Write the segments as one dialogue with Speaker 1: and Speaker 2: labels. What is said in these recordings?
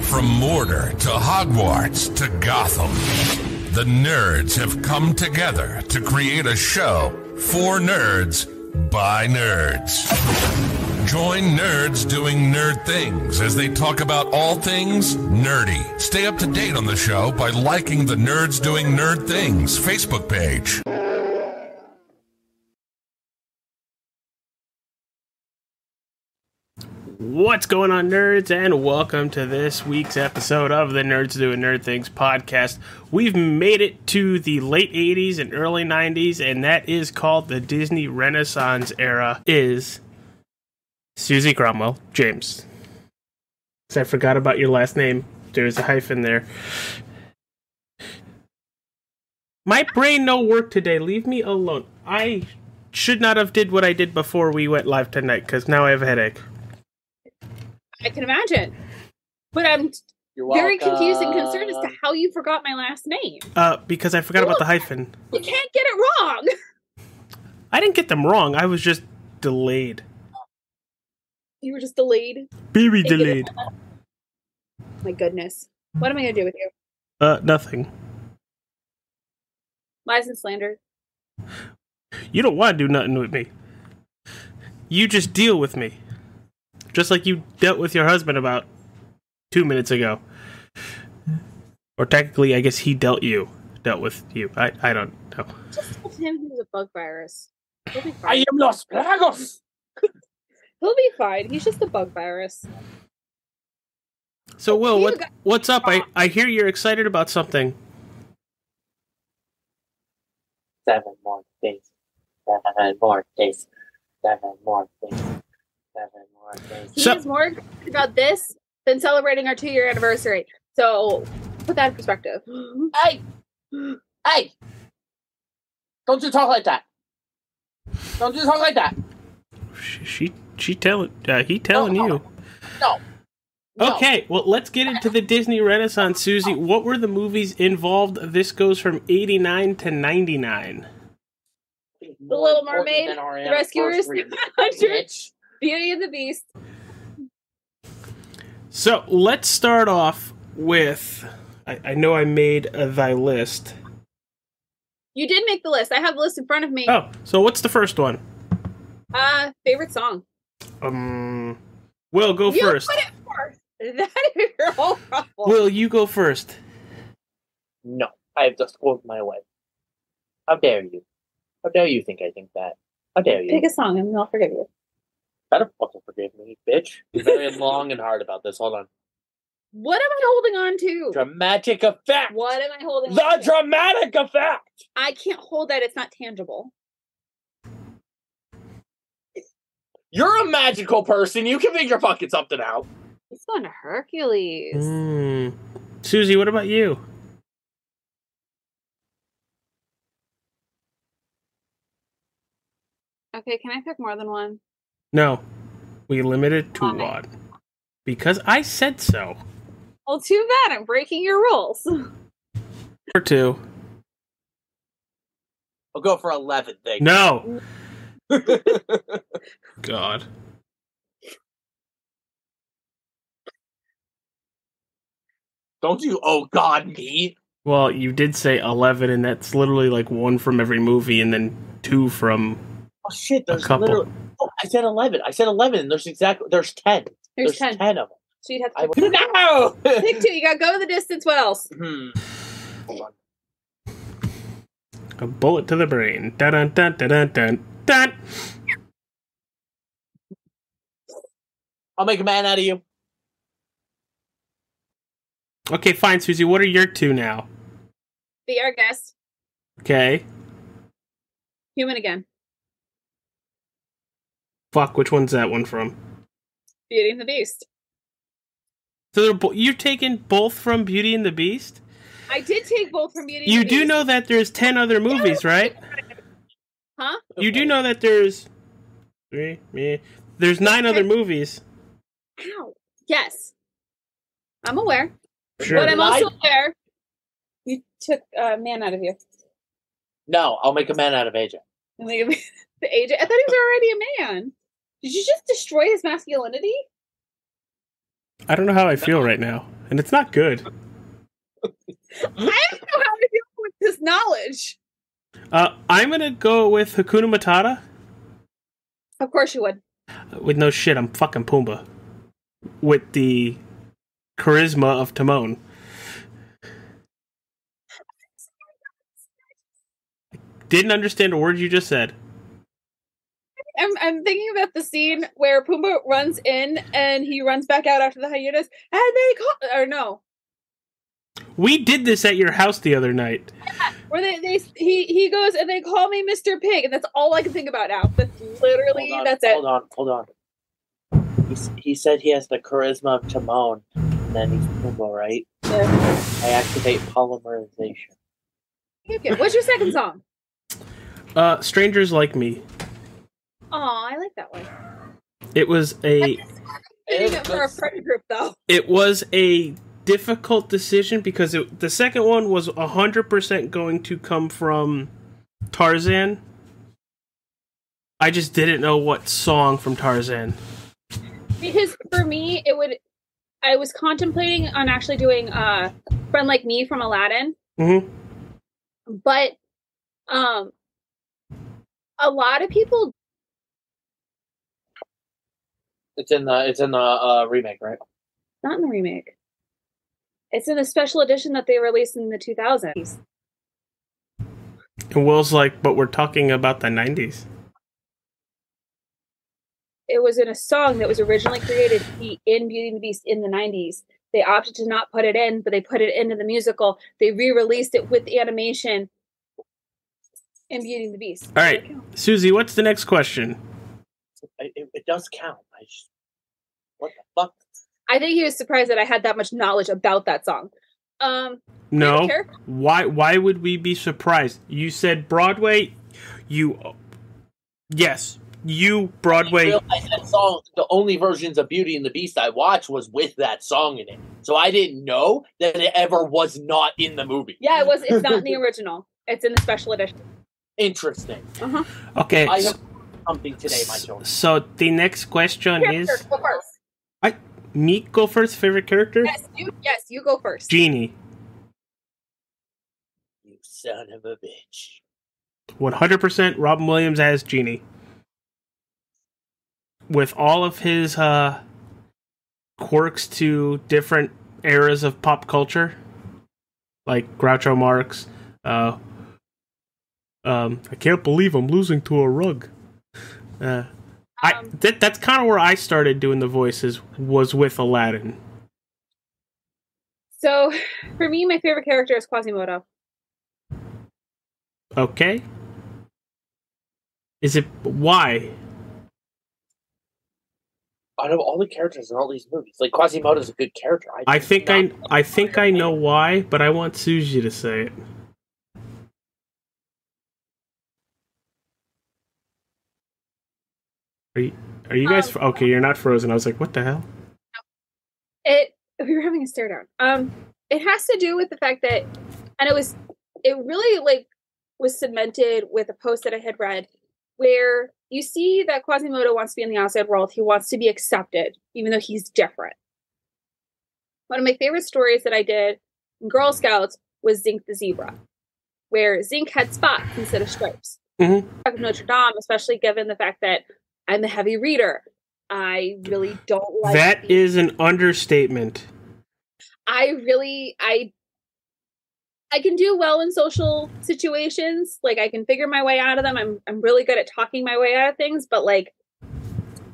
Speaker 1: From Mortar to Hogwarts to Gotham, the nerds have come together to create a show for nerds by nerds. Join nerds doing nerd things as they talk about all things nerdy. Stay up to date on the show by liking the Nerds Doing Nerd Things Facebook page.
Speaker 2: What's going on, nerds, and welcome to this week's episode of the Nerds Doing Nerd Things podcast. We've made it to the late 80s and early 90s, and that is called the Disney Renaissance era. Is Susie Cromwell, James. 'Cause I forgot about your last name. There's a hyphen there. My brain no work today. Leave me alone. I should not have did what I did before we went live tonight, because now I have a headache.
Speaker 3: I can imagine. But I'm
Speaker 4: You're
Speaker 3: very confused and concerned as to how you forgot my last name.
Speaker 2: Uh, because I forgot about the hyphen.
Speaker 3: You can't get it wrong.
Speaker 2: I didn't get them wrong. I was just delayed.
Speaker 3: You were just delayed.
Speaker 2: Very
Speaker 3: Thank you.
Speaker 2: delayed.
Speaker 3: My goodness. What am I going to do with you?
Speaker 2: Uh, nothing.
Speaker 3: Lies and slander.
Speaker 2: You don't want to do nothing with me. You just deal with me. Just like you dealt with your husband about two minutes ago. Or technically, I guess he dealt you. Dealt with you. I, I don't know.
Speaker 3: Just told him he was a bug virus. He'll be
Speaker 4: I
Speaker 3: fine.
Speaker 4: am Los Plagos.
Speaker 3: He'll be fine. He's just a bug virus.
Speaker 2: So, Will,
Speaker 3: You
Speaker 2: what,
Speaker 3: got-
Speaker 2: what's up? I, I hear you're excited about something.
Speaker 4: Seven more days. Seven more days. Seven more days. Seven more days.
Speaker 3: He
Speaker 2: So-
Speaker 3: is more excited about this than celebrating our two year anniversary. So put that in perspective.
Speaker 4: Hey! Hey! Don't you talk like that! Don't you talk like that!
Speaker 2: She, she, she telling, uh, he telling
Speaker 4: No.
Speaker 2: you.
Speaker 4: No! No.
Speaker 2: Okay, well, let's get into the Disney Renaissance, Susie. What were the movies involved? This goes from 89 to 99.
Speaker 3: The Little Mermaid,
Speaker 4: Than our
Speaker 3: The Rescuers,
Speaker 4: anniversary,
Speaker 3: Hundred,
Speaker 4: bitch.
Speaker 3: Beauty and the Beast.
Speaker 2: So let's start off with. I, I know I made uh, thy list.
Speaker 3: You did make the list. I have the list in front of me.
Speaker 2: Oh, so what's the first one?
Speaker 3: Uh, favorite song.
Speaker 2: Um, Will, go
Speaker 3: you
Speaker 2: first.
Speaker 3: put it first. That is your whole problem.
Speaker 2: Will, you go first.
Speaker 4: No, I have just scored my way. How dare you? How dare you think I think that? How dare you?
Speaker 3: Pick a song and I'll forgive you.
Speaker 4: better fucking forgive me, bitch. You're very long and hard about this. Hold on.
Speaker 3: What am I holding on to?
Speaker 4: Dramatic effect.
Speaker 3: What am I holding
Speaker 4: The
Speaker 3: on to?
Speaker 4: dramatic effect.
Speaker 3: I can't hold that. It's not tangible.
Speaker 4: You're a magical person. You can figure fucking something out.
Speaker 3: It's going to Hercules.
Speaker 2: Mm. Susie, what about you?
Speaker 3: Okay, can I pick more than one?
Speaker 2: No, we limited to
Speaker 3: Why?
Speaker 2: one because I said so.
Speaker 3: Well, too bad. I'm breaking your rules.
Speaker 2: Or two.
Speaker 4: I'll go for 11 things.
Speaker 2: No. God.
Speaker 4: Don't you, oh God, me.
Speaker 2: Well, you did say 11, and that's literally like one from every movie and then two from.
Speaker 4: Oh shit, there's
Speaker 2: couple.
Speaker 4: literally. Oh, I said 11. I said 11, and there's exactly, there's 10.
Speaker 3: There's, 10.
Speaker 4: 10 of them.
Speaker 3: So you'd have
Speaker 4: I
Speaker 3: to
Speaker 4: went, no!
Speaker 3: pick, pick two. You got to go the distance. What else?
Speaker 4: Hmm. Hold on.
Speaker 2: A bullet to the brain. Dun dun dun dun dun dun. dun.
Speaker 4: I'll make a man out of you.
Speaker 2: Okay, fine, Susie. What are your two now?
Speaker 3: Be our guest.
Speaker 2: Okay.
Speaker 3: Human again.
Speaker 2: Fuck, which one's that one from?
Speaker 3: Beauty and the Beast.
Speaker 2: So they're bo- you're taking both from Beauty and the Beast?
Speaker 3: I did take both from Beauty
Speaker 2: You
Speaker 3: and the Beast.
Speaker 2: do know that there's 10 other movies, right?
Speaker 3: Huh?
Speaker 2: You do know that there's. Three, meh. There's nine other movies.
Speaker 3: Ow. Yes. I'm aware.
Speaker 2: Sure.
Speaker 3: But I'm
Speaker 4: Lied.
Speaker 3: also aware you took uh, man out of you.
Speaker 4: No, I'll make a man out of AJ.
Speaker 3: And they- the agent. I thought he was already a man. Did you just destroy his masculinity?
Speaker 2: I don't know how I feel right now, and it's not good.
Speaker 4: Mm-hmm.
Speaker 3: I don't know how to deal with this knowledge.
Speaker 2: Uh, I'm gonna go with Hakuna Matata.
Speaker 3: Of course you would.
Speaker 2: With no shit, I'm fucking Pumbaa. With the charisma of Timon. Didn't understand a word you just said.
Speaker 3: I'm, I'm thinking about the scene where Pumbaa runs in and he runs back out after the hyenas, and they call or no,
Speaker 2: We did this at your house the other night.
Speaker 3: where they, they he he goes and they call me Mr. Pig, and that's all I can think about now. That's literally
Speaker 4: Hold on,
Speaker 3: that's it.
Speaker 4: Hold on, hold on. He, s- he said he has the charisma of Timon, and then he's Pumbaa, right?
Speaker 3: Yeah.
Speaker 4: I activate polymerization.
Speaker 3: Okay, What's your second song?
Speaker 2: Uh, Strangers Like Me.
Speaker 3: Oh, I like that one.
Speaker 2: It was a
Speaker 3: Fitting
Speaker 4: Yeah,
Speaker 3: it for a
Speaker 4: that's-
Speaker 3: friend group though.
Speaker 2: it was a difficult decision because it, the second one was 100% going to come from Tarzan. I just didn't know what song from Tarzan.
Speaker 3: Because for me, it would. I was contemplating on actually doing uh, "Friend Like Me" from Aladdin,
Speaker 2: Mhm.
Speaker 3: but um, a lot of people.
Speaker 4: It's in the it's in the uh, remake, right?
Speaker 3: Not in the remake. It's in the special edition that they released in the 2000s.
Speaker 2: And Will's like, but we're talking about the 90s.
Speaker 3: It was in a song that was originally created to be in Beauty and the Beast in the 90s. They opted to not put it in, but they put it into the musical. They re-released it with animation in Beauty and the Beast.
Speaker 2: All right. Susie, what's the next question?
Speaker 4: I, it, it does count. I just, what the fuck?
Speaker 3: I think he was surprised that I had that much knowledge about that song. Um, I
Speaker 2: No.
Speaker 3: don't care.
Speaker 2: Why why would we be surprised? You said Broadway. You Yes, you
Speaker 4: I
Speaker 2: Broadway.
Speaker 4: realized that song. The only versions of Beauty and the Beast I watched was with that song in it, so I didn't know that it ever was not in the movie.
Speaker 3: Yeah, it was. It's not in the original. It's in the special edition.
Speaker 4: Interesting.
Speaker 2: Okay.
Speaker 4: I
Speaker 2: s-
Speaker 4: have something today, my children.
Speaker 2: so the next question
Speaker 3: Here,
Speaker 2: is
Speaker 3: here, go first.
Speaker 2: Meek go first favorite character?
Speaker 3: Yes, you. Yes, you go first.
Speaker 2: Genie.
Speaker 4: You son of a bitch.
Speaker 2: 100% Robin Williams as Genie. With all of his uh, quirks to different eras of pop culture, like Groucho Marx. Uh, um, I can't believe I'm losing to a rug. Uh, I,
Speaker 3: Um,
Speaker 2: that, that's kind of where I started doing the voices, was with Aladdin.
Speaker 3: So, for me, my favorite character is Quasimodo.
Speaker 2: Okay? Is it. Why?
Speaker 4: out of all the characters in all these movies, like Quasimodo's a good character.
Speaker 2: I think I
Speaker 4: not-
Speaker 2: I think I know why, but I want Suji to say it. Are you, are you guys
Speaker 3: Um,
Speaker 2: fr- okay? You're not frozen. I was like, what the hell?
Speaker 3: It. We were having a stare down. Um, it has to do with the fact that, and it was, it really like was cemented with a post that I had read where you see that Quasimodo wants to be in the outside world. He wants to be accepted, even though he's different. One of my favorite stories that I did in Girl Scouts was Zinc the Zebra, where Zinc had spots instead of stripes.
Speaker 2: Mhm.
Speaker 3: Of Notre Dame, especially given the fact that I'm a heavy reader. I really don't like
Speaker 2: that
Speaker 3: the-
Speaker 2: is an understatement.
Speaker 3: I really I I can do well in social situations. Like I can figure my way out of them. I'm I'm really good at talking my way out of things, but like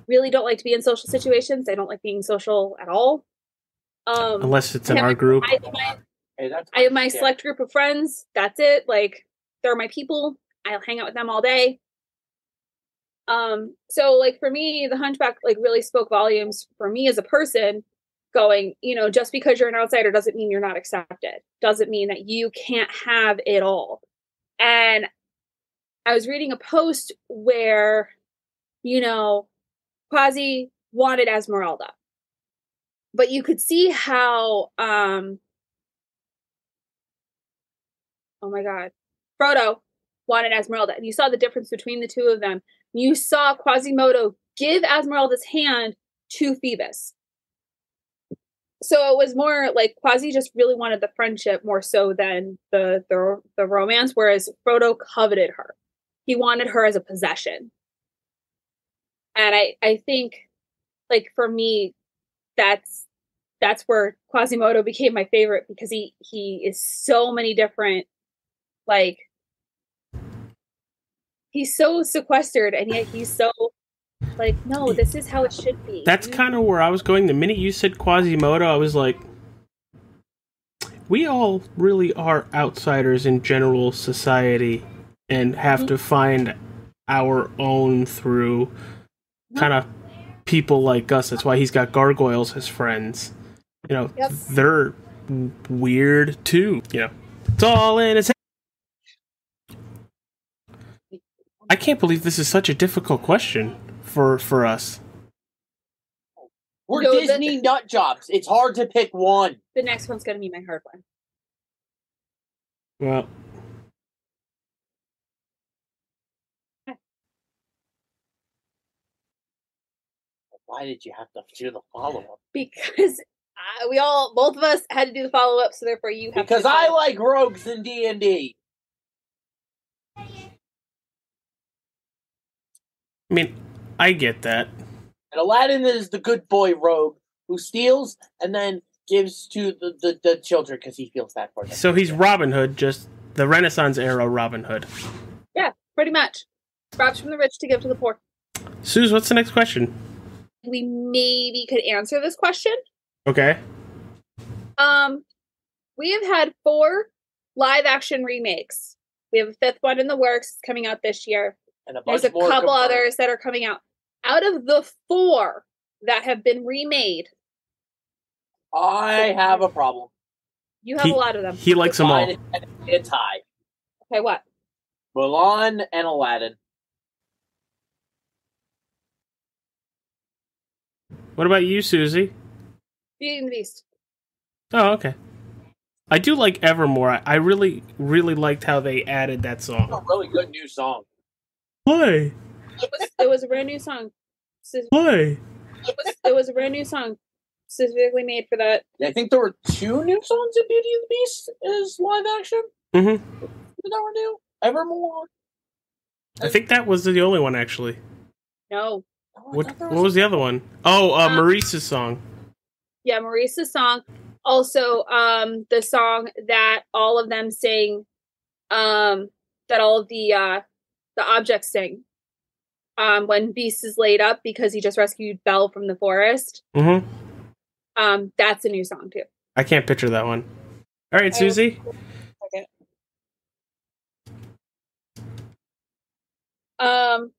Speaker 3: really don't like to be in social situations. I don't like being social at all. Um
Speaker 2: Unless it's in
Speaker 3: Yeah,
Speaker 2: our group.
Speaker 3: I have my,
Speaker 4: Hey, that's
Speaker 3: I have my
Speaker 4: Yeah.
Speaker 3: select group of friends. That's it. Like they're my people. I'll hang out with them all day. Um so like for me, the hunchback like really spoke volumes for me as a person going, you know, just because you're an outsider doesn't mean you're not accepted. Doesn't mean that you can't have it all. And I was reading a post where, you know, Quasi wanted Esmeralda. But you could see how um oh my god, Frodo wanted Esmeralda. And you saw the difference between the two of them. You saw Quasimodo give Esmeralda's hand to Phoebus so it was more like Quasi just really wanted the friendship more so than the the the romance, whereas Frodo coveted her. He wanted her as a possession. And I I think like for me, that's that's where Quasimodo became my favorite because he he is so many different like he's so sequestered and yet he's so like no this is how it should be
Speaker 2: That's
Speaker 3: You-
Speaker 2: kind of where I was going. The minute you said Quasimodo, I was like, we all really are outsiders in general society and have to find our own through kind of people like us. That's why he's got gargoyles as friends. You know,
Speaker 3: Yep.
Speaker 2: they're w- weird too. You know, it's all in his head. I can't believe this is such a difficult question for for us.
Speaker 4: We're
Speaker 3: No, that-
Speaker 4: Disney nut jobs. It's hard to pick one.
Speaker 3: the next one's gonna be my hard one
Speaker 2: Well,
Speaker 4: Why did you have to do the follow up?
Speaker 3: because uh, we all both of us had to do the follow up so therefore you have
Speaker 4: Because
Speaker 3: to
Speaker 4: I like rogues in D and D.
Speaker 2: I mean, I get that.
Speaker 4: And Aladdin is the good boy rogue who steals and then gives to the, the, the children because he feels bad for them.
Speaker 2: So he's Robin Hood, just the Renaissance era Robin Hood.
Speaker 3: pretty much robs from the rich to give to the poor
Speaker 2: Suze, what's the next question?
Speaker 3: we maybe could answer this question
Speaker 2: Okay.
Speaker 3: Um, we have had four live action remakes. We have a fifth one in the works it's coming out this year.
Speaker 4: and a bunch
Speaker 3: There's a
Speaker 4: more
Speaker 3: couple
Speaker 4: confirmed.
Speaker 3: others that are coming out. Out of the four that have been remade,
Speaker 4: I have a problem.
Speaker 3: you have
Speaker 2: He-
Speaker 3: a lot of them.
Speaker 2: He likes them all.
Speaker 4: Mine is a tie.
Speaker 3: Okay, what?
Speaker 4: Mulan and Aladdin.
Speaker 2: What about you, Susie?
Speaker 3: Beauty and the Beast.
Speaker 2: Oh, okay. I do like Evermore. I, I really, really liked how they added that
Speaker 4: A
Speaker 2: song.
Speaker 4: really good new song.
Speaker 2: Play,
Speaker 3: It was, it was a brand new song. It
Speaker 2: play.
Speaker 3: was, it was a brand new song specifically made for that.
Speaker 4: I think there were two new songs in Beauty and the Beast is live action
Speaker 2: Mm-hmm.
Speaker 4: that were new. Evermore.
Speaker 2: I think that was the only one actually.
Speaker 3: No,
Speaker 4: No, Oh, I
Speaker 2: What
Speaker 4: thought there
Speaker 2: What was the other one? Oh, uh,
Speaker 3: Um,
Speaker 2: Maurice's song.
Speaker 3: yeah, Maurice's song. Also, um, the song that all of them sing, um, that all of the uh, the objects sing, um, when Beast is laid up because he just rescued Belle from the forest.
Speaker 2: Mm-hmm.
Speaker 3: Um, that's a new song too.
Speaker 2: I can't picture that one. All right,
Speaker 3: Oh.
Speaker 2: Susie.
Speaker 3: Um,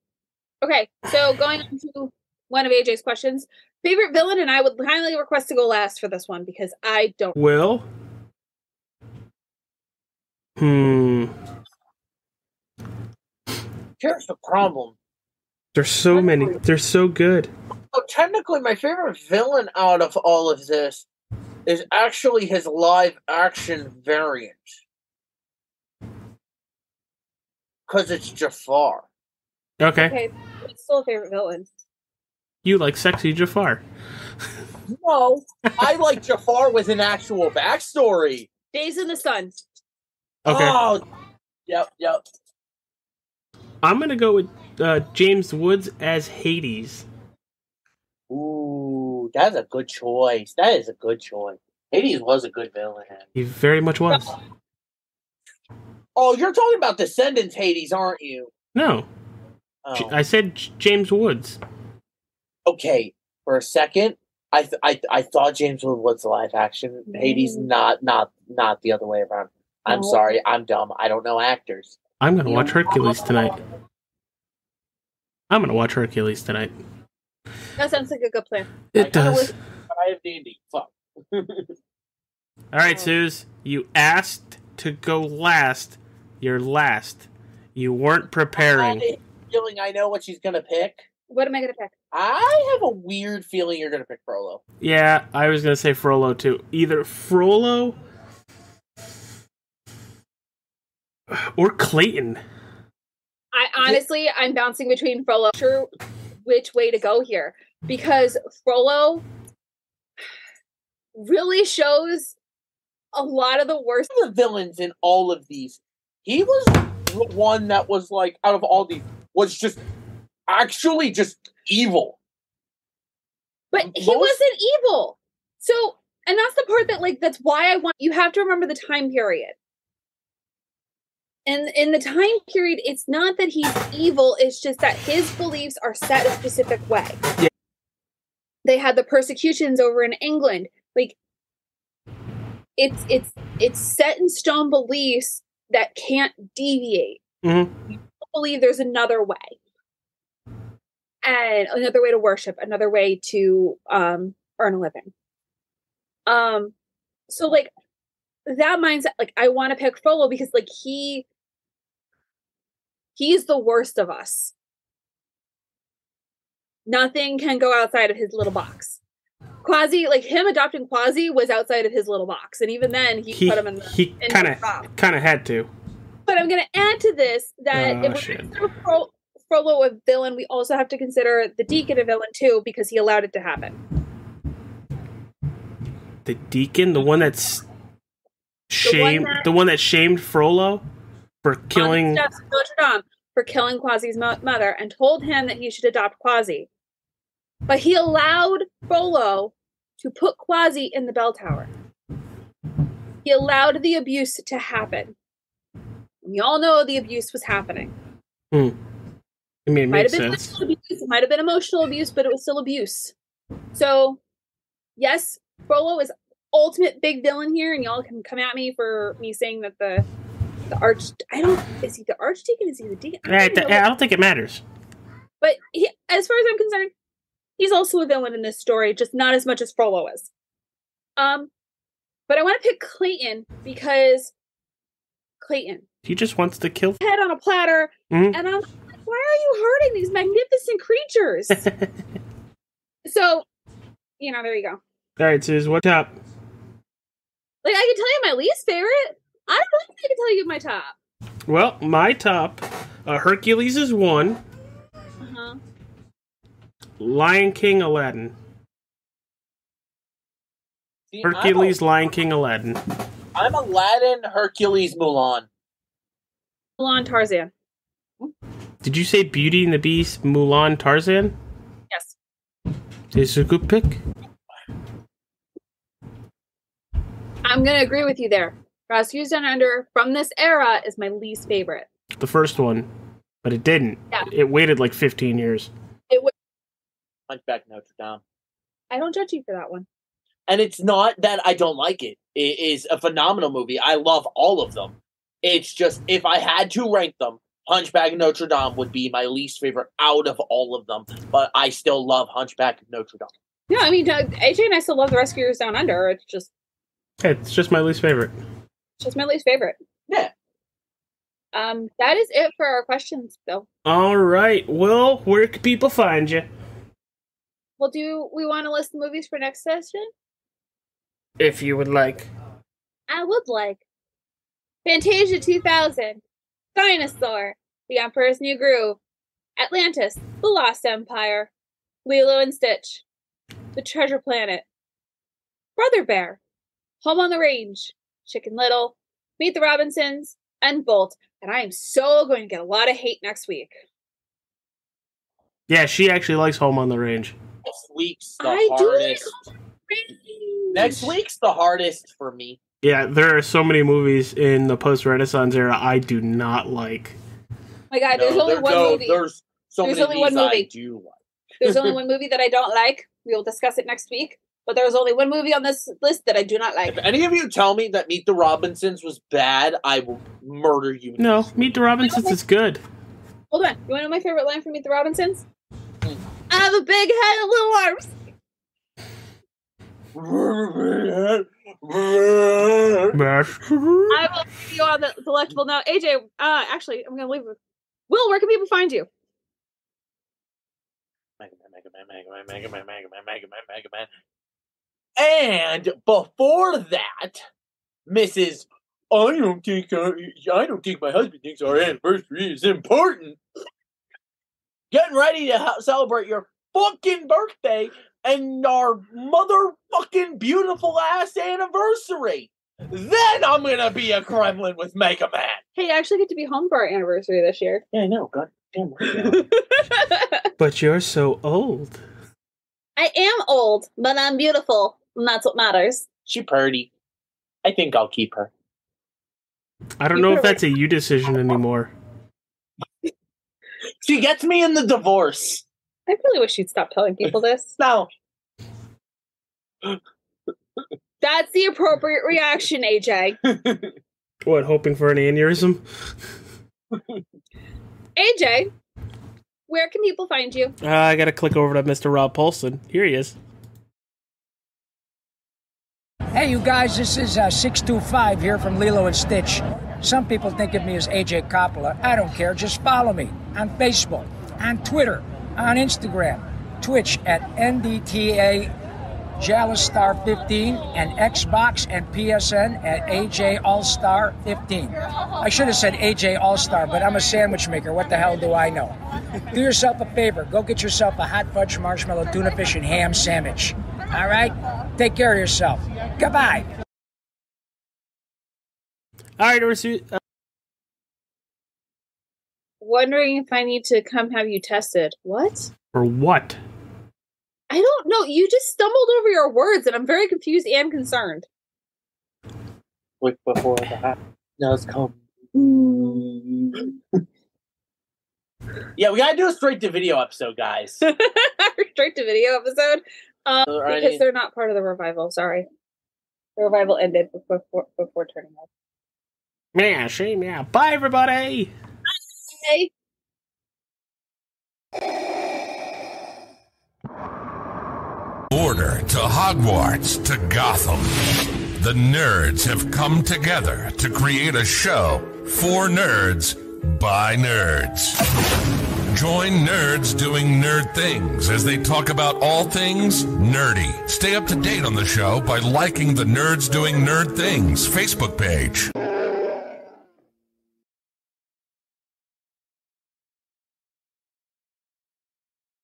Speaker 3: okay, so going on to one of AJ's questions, favorite villain, and I would kindly request to go last for this one because I don't.
Speaker 2: Will. Hmm.
Speaker 4: Here's the problem.
Speaker 2: There's so many. They're so good.
Speaker 4: Oh, technically, my favorite villain out of all of this is actually his live action variant. Because it's Jafar.
Speaker 2: Okay.
Speaker 3: Okay, it's still a favorite villain.
Speaker 2: You like sexy Jafar.
Speaker 4: No, I like Jafar with an actual backstory.
Speaker 3: Days in the Sun.
Speaker 2: Okay.
Speaker 4: Oh, yep, yep.
Speaker 2: I'm gonna go with uh, James Woods as Hades.
Speaker 4: Ooh, that's a good choice. That is a good choice. Hades was a good villain.
Speaker 2: He very much was.
Speaker 4: Oh, you're talking about Descendants Hades, aren't you?
Speaker 2: No, J-
Speaker 4: Oh.
Speaker 2: I said J- James Woods.
Speaker 4: okay, for a second, I th- I, th- I thought James Wood was live action. Hades,
Speaker 3: Mm.
Speaker 4: not not not the other way around. I'm
Speaker 3: No.
Speaker 4: sorry, I'm dumb. I don't know actors.
Speaker 2: I'm gonna watch Hercules tonight. I'm gonna watch Hercules tonight.
Speaker 3: That sounds like a good plan.
Speaker 2: It
Speaker 4: I know
Speaker 2: does.
Speaker 4: it. But I have D&D. Fuck.
Speaker 2: All right, Suze, you asked to go last. You're last. You weren't preparing.
Speaker 4: I have a feeling I know what she's gonna pick.
Speaker 3: What am I gonna pick?
Speaker 4: I have a weird feeling you're gonna pick Frollo.
Speaker 2: Yeah, I was gonna say Frollo too. Either Frollo or Clayton.
Speaker 3: I honestly, I'm bouncing between Frollo. Sure, which way to go here because Frollo really shows a lot of the worst.
Speaker 4: the villains in all of these. He was the one that was like out of all these was just actually just evil.
Speaker 3: But he
Speaker 4: Most-
Speaker 3: wasn't evil. So, and that's the part that like that's why I want you have to remember the time period. And in the time period, it's not that he's evil, it's just that his beliefs are set a specific way.
Speaker 2: Yeah.
Speaker 3: They had the persecutions over in England. Like it's it's it's set in stone beliefs that can't deviate.
Speaker 2: Mhm.
Speaker 3: You don't believe there's another way and another way to worship, another way to um earn a living. Um so like that mindset like I want to pick Frollo because like he he's the worst of us. Nothing can go outside of his little box. Quasi, like him adopting Quasi was outside of his little box. And even then he,
Speaker 2: He
Speaker 3: put him in the
Speaker 2: he
Speaker 3: in
Speaker 2: kind
Speaker 3: the box.
Speaker 2: of kind of had to.
Speaker 3: But I'm going to add to this that
Speaker 2: Oh,
Speaker 3: if we're
Speaker 2: shit.
Speaker 3: going to consider Fro- Frollo a villain, we also have to consider the Deacon a villain too because he allowed it to happen.
Speaker 2: The deacon, the one that's shamed,
Speaker 3: that-
Speaker 2: the one that shamed Frollo for
Speaker 3: On
Speaker 2: killing.
Speaker 3: the steps of Notre Dame for killing Quasi's mo- mother and told him that he should adopt Quasi. But he allowed Frollo to put Quasi in the bell tower. He allowed the abuse to happen. We all know the abuse was happening.
Speaker 2: I mean, it
Speaker 3: might
Speaker 2: makes
Speaker 3: have been
Speaker 2: sense.
Speaker 3: physical abuse, it might have been emotional abuse, but it was still abuse. So, yes, Frollo is ultimate big villain here, and y'all can come at me for me saying that the the arch I don't is he the archdeacon is he the deacon? I
Speaker 2: Eh,
Speaker 3: don't know.
Speaker 2: I don't think it matters.
Speaker 3: But he, as far as I'm concerned, he's also a villain in this story, just not as much as Frollo is. Um, but I want to pick Clayton because Clayton
Speaker 2: He just wants to kill.
Speaker 3: head on a platter,
Speaker 2: Mhm.
Speaker 3: and I'm like, why are you hurting these magnificent creatures? so, you know, there you go.
Speaker 2: All right, Suze, what's up?
Speaker 3: Like I can tell you my least favorite. I don't know if I can tell you my top.
Speaker 2: Well, my top, uh, Hercules is one,
Speaker 3: Uh-huh.
Speaker 2: Lion King, Aladdin,
Speaker 4: See, I'm a-
Speaker 2: Hercules, Lion King, Aladdin.
Speaker 4: I'm Aladdin, Hercules, Mulan.
Speaker 3: Mulan Tarzan.
Speaker 2: Did you say Beauty and the Beast, Mulan, Tarzan?
Speaker 3: Yes.
Speaker 2: This is a good pick.
Speaker 3: I'm gonna agree with you there. Rescues Down Under from this era is my least favorite.
Speaker 2: The first one, but it didn't.
Speaker 3: Yeah.
Speaker 2: It waited like 15 years.
Speaker 4: Hunchback of Notre Dame.
Speaker 3: I don't judge you for that one.
Speaker 4: And it's not that I don't like it. It is a phenomenal movie. I love all of them. It's just if I had to rank them, Hunchback of Notre Dame would be my least favorite out of all of them. But I still love Hunchback of Notre
Speaker 3: No,
Speaker 4: Dame.
Speaker 3: I mean uh, AJ and I still love the Rescuers Down Under. It's just
Speaker 2: Hey, It's just my least favorite.
Speaker 3: it's just my least favorite.
Speaker 4: Yeah.
Speaker 3: Um, that is it for our questions, Bill.
Speaker 2: All right. Well, where can people find you?
Speaker 3: We'll do. We want to list the movies for next session.
Speaker 2: If you would like.
Speaker 3: I would like Fantasia 2000, Dinosaur, The Emperor's New Groove, Atlantis, The Lost Empire, Lilo and Stitch, The Treasure Planet, Brother Bear, Home on the Range, Chicken Little, Meet the Robinsons, and Bolt. And I am so going to get a lot of hate next week.
Speaker 2: Yeah, she actually likes Home on the Range.
Speaker 4: Next week's the
Speaker 3: I do like
Speaker 4: hardest. Next week's the hardest for me.
Speaker 2: Yeah, there are so many movies in the post Renaissance era I do not like.
Speaker 3: Oh my God, there's
Speaker 4: No,
Speaker 3: only
Speaker 4: there-
Speaker 3: one
Speaker 4: no,
Speaker 3: movie.
Speaker 4: There's so
Speaker 3: There's
Speaker 4: many
Speaker 3: only one
Speaker 4: movies I
Speaker 3: movie.
Speaker 4: do like.
Speaker 3: There's only one movie that I don't like. We will discuss it next week. But there's only one movie on this list that I do not like.
Speaker 4: If any of you tell me that Meet the Robinsons was bad, I will murder you.
Speaker 2: No, Meet the Robinsons is good.
Speaker 3: Hold on. You want to know my favorite line from Meet the Robinsons?
Speaker 4: Mm.
Speaker 3: I have a big head and little arms.
Speaker 2: Yes.
Speaker 3: I will see you on the delectable now. AJ, uh, actually, I'm going to leave. with- Will, where can people find you?
Speaker 4: Mega Man, Mega Man, Mega Man, Mega Man, Mega Man, Mega Man, Mega Man. And before that, Mrs. I don't think uh, I don't think my husband thinks our anniversary is important. Getting ready to ha- celebrate your fucking birthday and our motherfucking beautiful ass anniversary. Then I'm gonna be a Kremlin with Mega Man.
Speaker 3: Hey, I actually get to be home for our anniversary this year.
Speaker 4: Yeah, I know. God damn.
Speaker 2: But you're so old.
Speaker 3: I am old, but I'm beautiful, and that's what matters.
Speaker 4: She purdy. I think I'll keep her.
Speaker 2: I don't know if that's a you decision anymore.
Speaker 4: She gets me in the divorce.
Speaker 3: I really wish you'd stop telling people this.
Speaker 4: No,
Speaker 3: That's the appropriate reaction, AJ.
Speaker 2: What, hoping for an aneurysm?
Speaker 3: AJ, where can people find you?
Speaker 2: Uh, I gotta click over to Mr. Rob Paulson. Here he is.
Speaker 5: Hey, you guys, this is uh, 625 here from Lilo and Stitch. Some people think of me as AJ Coppola. I don't care. Just follow me on Facebook, on Twitter, on Instagram, Twitch at NDTA Star 15, and Xbox and PSN at AJ All Star 15. I should have said AJ All Star, but I'm a sandwich maker. What the hell do I know? Do yourself a favor. Go get yourself a hot fudge marshmallow tuna fish and ham sandwich. All right? Take care of yourself. Goodbye.
Speaker 2: All right, Ursu. Uh,
Speaker 3: Wondering if I need to come have you tested. What?
Speaker 2: for what?
Speaker 3: I don't know. You just stumbled over your words, and I'm very confused and concerned.
Speaker 4: Look before the hot nose come. Yeah, we gotta do a straight to video episode, guys.
Speaker 3: Straight to video episode um,
Speaker 4: All right.
Speaker 3: because they're not part of the revival. Sorry, the revival ended before before, before turning off.
Speaker 2: Yeah, shame, yeah. Bye, everybody!
Speaker 3: Hey.
Speaker 1: Order to Hogwarts to Gotham. The nerds have come together to create a show for nerds by nerds. Join nerds doing nerd things as they talk about all things nerdy. Stay up to date on the show by liking the Nerds Doing Nerd Things Facebook page.